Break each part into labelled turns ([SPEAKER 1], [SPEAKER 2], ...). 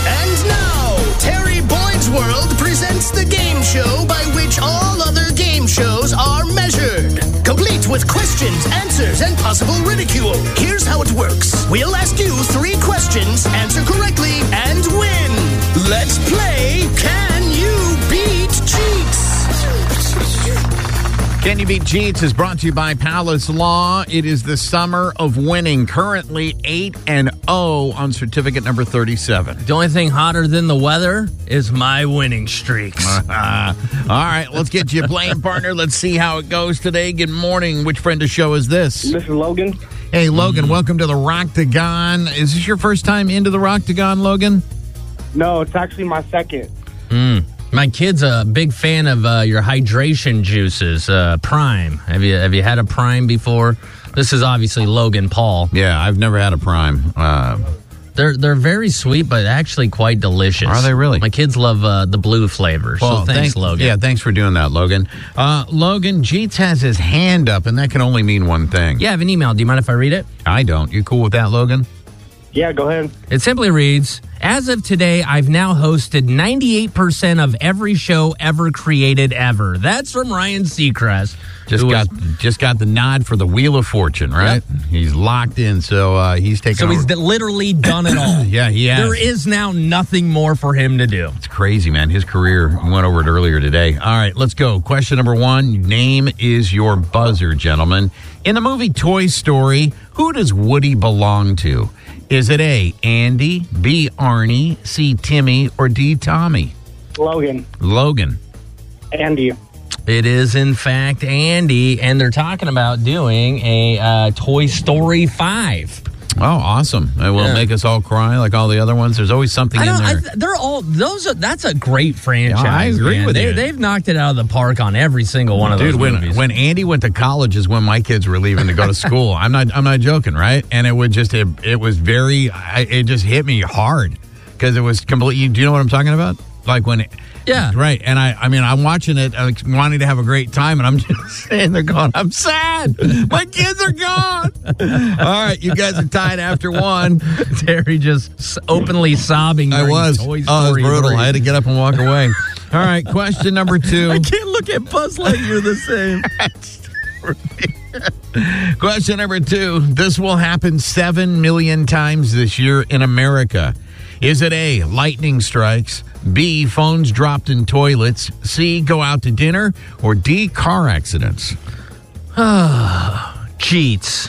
[SPEAKER 1] And now, Terry Boyd's World presents the game show by which all other game shows are measured. Complete with questions, answers, and possible ridicule. Here's how it works We'll ask you three questions, answer correctly, and win. Let's play Can You Beat Cheats?
[SPEAKER 2] Can You Beat Cheats is brought to you by Palace Law. It is the summer of winning, currently 8 and 0 on certificate number 37.
[SPEAKER 3] The only thing hotter than the weather is my winning streaks.
[SPEAKER 2] Ah, all right, let's get you a playing partner. Let's see how it goes today. Good morning. Which friend of show is this?
[SPEAKER 4] This is Logan.
[SPEAKER 2] Hey, Logan,
[SPEAKER 3] Mm-hmm.
[SPEAKER 2] welcome to the Rocktagon. Is this your first time into the Rocktagon, Logan?
[SPEAKER 4] No, it's actually my second.
[SPEAKER 3] My kid's a big fan of uh, your hydration juices, uh, Prime. Have you have you had a Prime before? This is obviously Logan Paul.
[SPEAKER 2] Yeah, I've never had a prime. Uh,
[SPEAKER 3] They're they're very sweet, but actually quite delicious.
[SPEAKER 2] Are they really?
[SPEAKER 3] My kids love uh, the blue flavor. so thanks, Logan.
[SPEAKER 2] Yeah, thanks for doing that, Logan. Uh, Logan, Jeets has his hand up, and that can only mean one thing.
[SPEAKER 3] Yeah, I have an email. Do you mind if I read it?
[SPEAKER 2] I don't. You cool with that, Logan?
[SPEAKER 4] Yeah, go ahead.
[SPEAKER 3] It simply reads As of today, I've now hosted 98% of every show ever created ever. That's from Ryan Seacrest.
[SPEAKER 2] Just
[SPEAKER 3] who was-
[SPEAKER 2] got just got the nod for the Wheel of Fortune, right? He's locked in, so uh, he's taking.
[SPEAKER 3] So he's
[SPEAKER 2] over.
[SPEAKER 3] d- literally done it all.
[SPEAKER 2] Yeah, he has.
[SPEAKER 3] There is now nothing more for him to do.
[SPEAKER 2] It's crazy, man. His career. We went over it earlier today. All right, let's go. Question number one. Name is your buzzer, gentlemen. In the movie Toy Story, who does Woody belong to? Is it A. Andy, B. Arnie, C. Timmy, or D. Tommy?
[SPEAKER 4] Logan,
[SPEAKER 2] Logan.
[SPEAKER 4] Andy.
[SPEAKER 3] It is, in fact, Andy, and they're talking about doing a uh, Toy Story 5.
[SPEAKER 2] Oh, awesome! It will
[SPEAKER 3] Yeah.
[SPEAKER 2] make us all cry like all the other ones. There's always something
[SPEAKER 3] I
[SPEAKER 2] in
[SPEAKER 3] don't,
[SPEAKER 2] there.
[SPEAKER 3] I, they're all those. Are, that's a great franchise.
[SPEAKER 2] Yeah, I agree
[SPEAKER 3] man.
[SPEAKER 2] with
[SPEAKER 3] they,
[SPEAKER 2] you.
[SPEAKER 3] They've knocked it out of the park on every single one of
[SPEAKER 2] Dude,
[SPEAKER 3] those
[SPEAKER 2] when
[SPEAKER 3] movies.
[SPEAKER 2] when Andy went to college is when my kids were leaving to go to school. I'm not I'm not joking, right? And it would just it, it was very I, it just hit me hard because it was complete. You, do you know what I'm talking about? Like when
[SPEAKER 3] Yeah.
[SPEAKER 2] right. And I I mean I'm watching it I'm wanting to have a great time, and I'm just sitting there going, I'm sad. My kids are gone. All right, you guys are tied after one.
[SPEAKER 3] Terry just s- openly sobbing.
[SPEAKER 2] I
[SPEAKER 3] during
[SPEAKER 2] was. Oh,
[SPEAKER 3] Toy
[SPEAKER 2] it
[SPEAKER 3] Story
[SPEAKER 2] was brutal.
[SPEAKER 3] three.
[SPEAKER 2] I had to get up and walk away. All right, question number two.
[SPEAKER 3] I can't look at Buzz Lightyear the same.
[SPEAKER 2] Question number two. This will happen 7 million times this year in America. Is it A, lightning strikes, B, phones dropped in toilets, C, go out to dinner, or D, car accidents?
[SPEAKER 3] Cheats.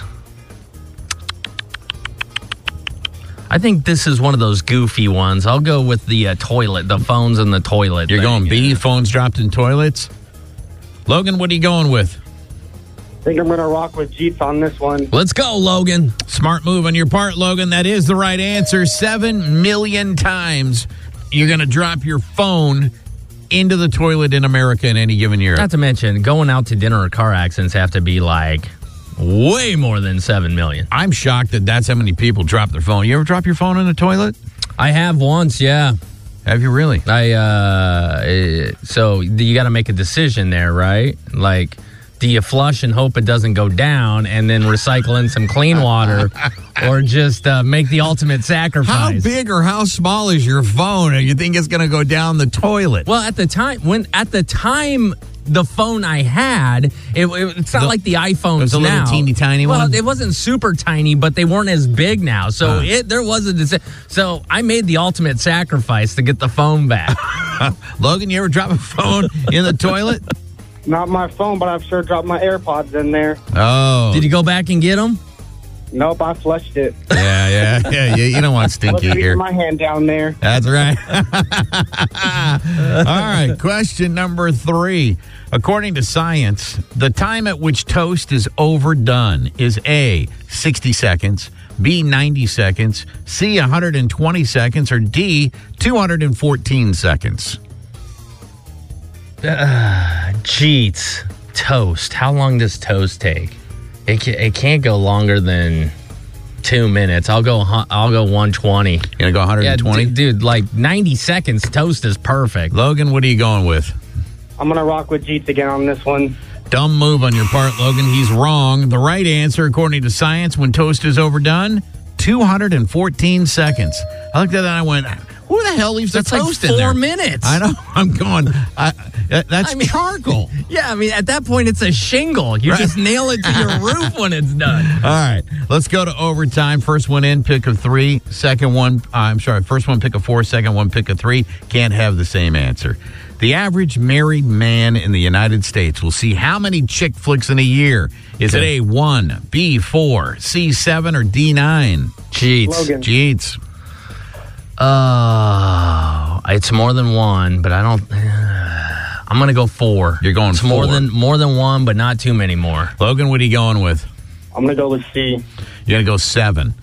[SPEAKER 3] I think this is one of those goofy ones. I'll go with the uh, toilet, the phones in the toilet.
[SPEAKER 2] You're
[SPEAKER 3] thing.
[SPEAKER 2] going B, phones dropped in toilets? Logan, what are you going with?
[SPEAKER 4] I think I'm going to rock with Jeets on this one.
[SPEAKER 3] Let's go, Logan.
[SPEAKER 2] Smart move on your part, Logan. That is the right answer. Seven million times you're going to drop your phone into the toilet in America in any given year.
[SPEAKER 3] Not to mention, going out to dinner or car accidents have to be like way more than 7 million.
[SPEAKER 2] I'm shocked that that's how many people drop their phone. You ever drop your phone in a toilet?
[SPEAKER 3] I have once, yeah.
[SPEAKER 2] Have you really?
[SPEAKER 3] I uh eh, so you got to make a decision there, right? Like do you flush and hope it doesn't go down and then recycle in some clean water or just uh, make the ultimate
[SPEAKER 2] How
[SPEAKER 3] sacrifice?
[SPEAKER 2] big or how small is your phone? And you think it's going to go down the toilet?
[SPEAKER 3] well, at the time when at the time the phone I had, it, it- it's not
[SPEAKER 2] The-
[SPEAKER 3] like the
[SPEAKER 2] It was
[SPEAKER 3] iPhones
[SPEAKER 2] a little
[SPEAKER 3] now.
[SPEAKER 2] teeny tiny
[SPEAKER 3] well,
[SPEAKER 2] one?
[SPEAKER 3] it wasn't super tiny, but they weren't as big now. So
[SPEAKER 2] Uh.
[SPEAKER 3] it there was a deci- so I made the ultimate sacrifice to get the phone back.
[SPEAKER 2] Logan, you ever drop a phone in the toilet?
[SPEAKER 4] Not my phone, but I've sure dropped my AirPods in there.
[SPEAKER 2] Oh,
[SPEAKER 3] Did you go back and get them?
[SPEAKER 4] Nope, I flushed it.
[SPEAKER 2] Yeah, yeah, yeah. You, you don't want stinky
[SPEAKER 4] Wasn't
[SPEAKER 2] here.
[SPEAKER 4] even my hand down there.
[SPEAKER 2] That's right. All right. Question number three. According to science, the time at which toast is overdone is A, 60 seconds, B, 90 seconds, C, 120 seconds, or D, 214 seconds.
[SPEAKER 3] Cheats. Toast. How long does toast take? It, ca- it can't go longer than two minutes. I'll go. hu- I'll go 120.
[SPEAKER 2] You gonna go
[SPEAKER 3] Yeah,
[SPEAKER 2] 120?
[SPEAKER 3] dude, dude, like 90 seconds. Toast is perfect.
[SPEAKER 2] Logan, what are you going with?
[SPEAKER 4] I'm gonna rock with Jeets again on this one.
[SPEAKER 2] Dumb move on your part, Logan. He's wrong. The right answer, according to science, when toast is overdone, 214 seconds. I looked at that and I went, who the hell leaves
[SPEAKER 3] That's
[SPEAKER 2] the
[SPEAKER 3] like
[SPEAKER 2] toast in
[SPEAKER 3] four
[SPEAKER 2] there?
[SPEAKER 3] minutes.
[SPEAKER 2] I know. I'm going, I, that- that's
[SPEAKER 3] I mean-
[SPEAKER 2] charcoal.
[SPEAKER 3] Yeah, I mean, at that point, it's a shingle. You
[SPEAKER 2] Right.
[SPEAKER 3] just nail it to your roof when it's done.
[SPEAKER 2] All right, let's go to overtime. First one in, pick of three. Second one, uh, I'm sorry, first one, pick of four. Second one, pick of three. Can't have the same answer. The average married man in the United States will see how many chick flicks in a year? Is
[SPEAKER 3] Okay.
[SPEAKER 2] it A, one, B, four, C, seven, or D, nine?
[SPEAKER 3] Cheats.
[SPEAKER 4] Logan.
[SPEAKER 2] Jeets.
[SPEAKER 3] Oh, it's more than one, but I don't. I'm gonna go four.
[SPEAKER 2] You're going
[SPEAKER 3] it's more
[SPEAKER 2] four.
[SPEAKER 3] than more than one, but not too many more.
[SPEAKER 2] Logan, what are you going with?
[SPEAKER 4] I'm gonna go with C.
[SPEAKER 2] You're going to go seven.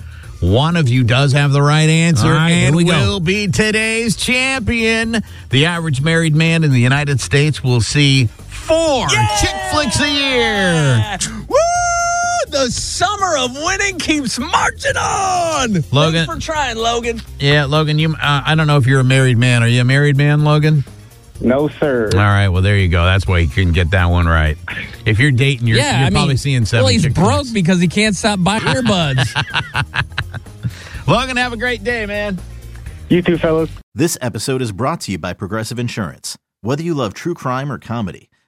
[SPEAKER 2] One of you does have the right answer
[SPEAKER 3] All right, here
[SPEAKER 2] and
[SPEAKER 3] we go.
[SPEAKER 2] will be today's champion. The average married man in the United States will see four chick flicks a year.
[SPEAKER 3] Woo! The summer of winning keeps marching on.
[SPEAKER 2] Logan-
[SPEAKER 3] for trying, Logan.
[SPEAKER 2] Yeah, Logan, you. Uh, I don't know if you're a married man. Are you a married man, Logan?
[SPEAKER 4] No, sir.
[SPEAKER 2] All right, well, there you go. That's why you couldn't get that one right. If you're dating, you're,
[SPEAKER 3] yeah,
[SPEAKER 2] you're
[SPEAKER 3] I mean,
[SPEAKER 2] probably seeing seven
[SPEAKER 3] Well, he's
[SPEAKER 2] chick
[SPEAKER 3] broke
[SPEAKER 2] flicks.
[SPEAKER 3] because he can't stop buying earbuds.
[SPEAKER 2] Logan, have a great day, man.
[SPEAKER 4] You two fellas.
[SPEAKER 5] This episode is brought to you by Progressive Insurance. Whether you love true crime or comedy,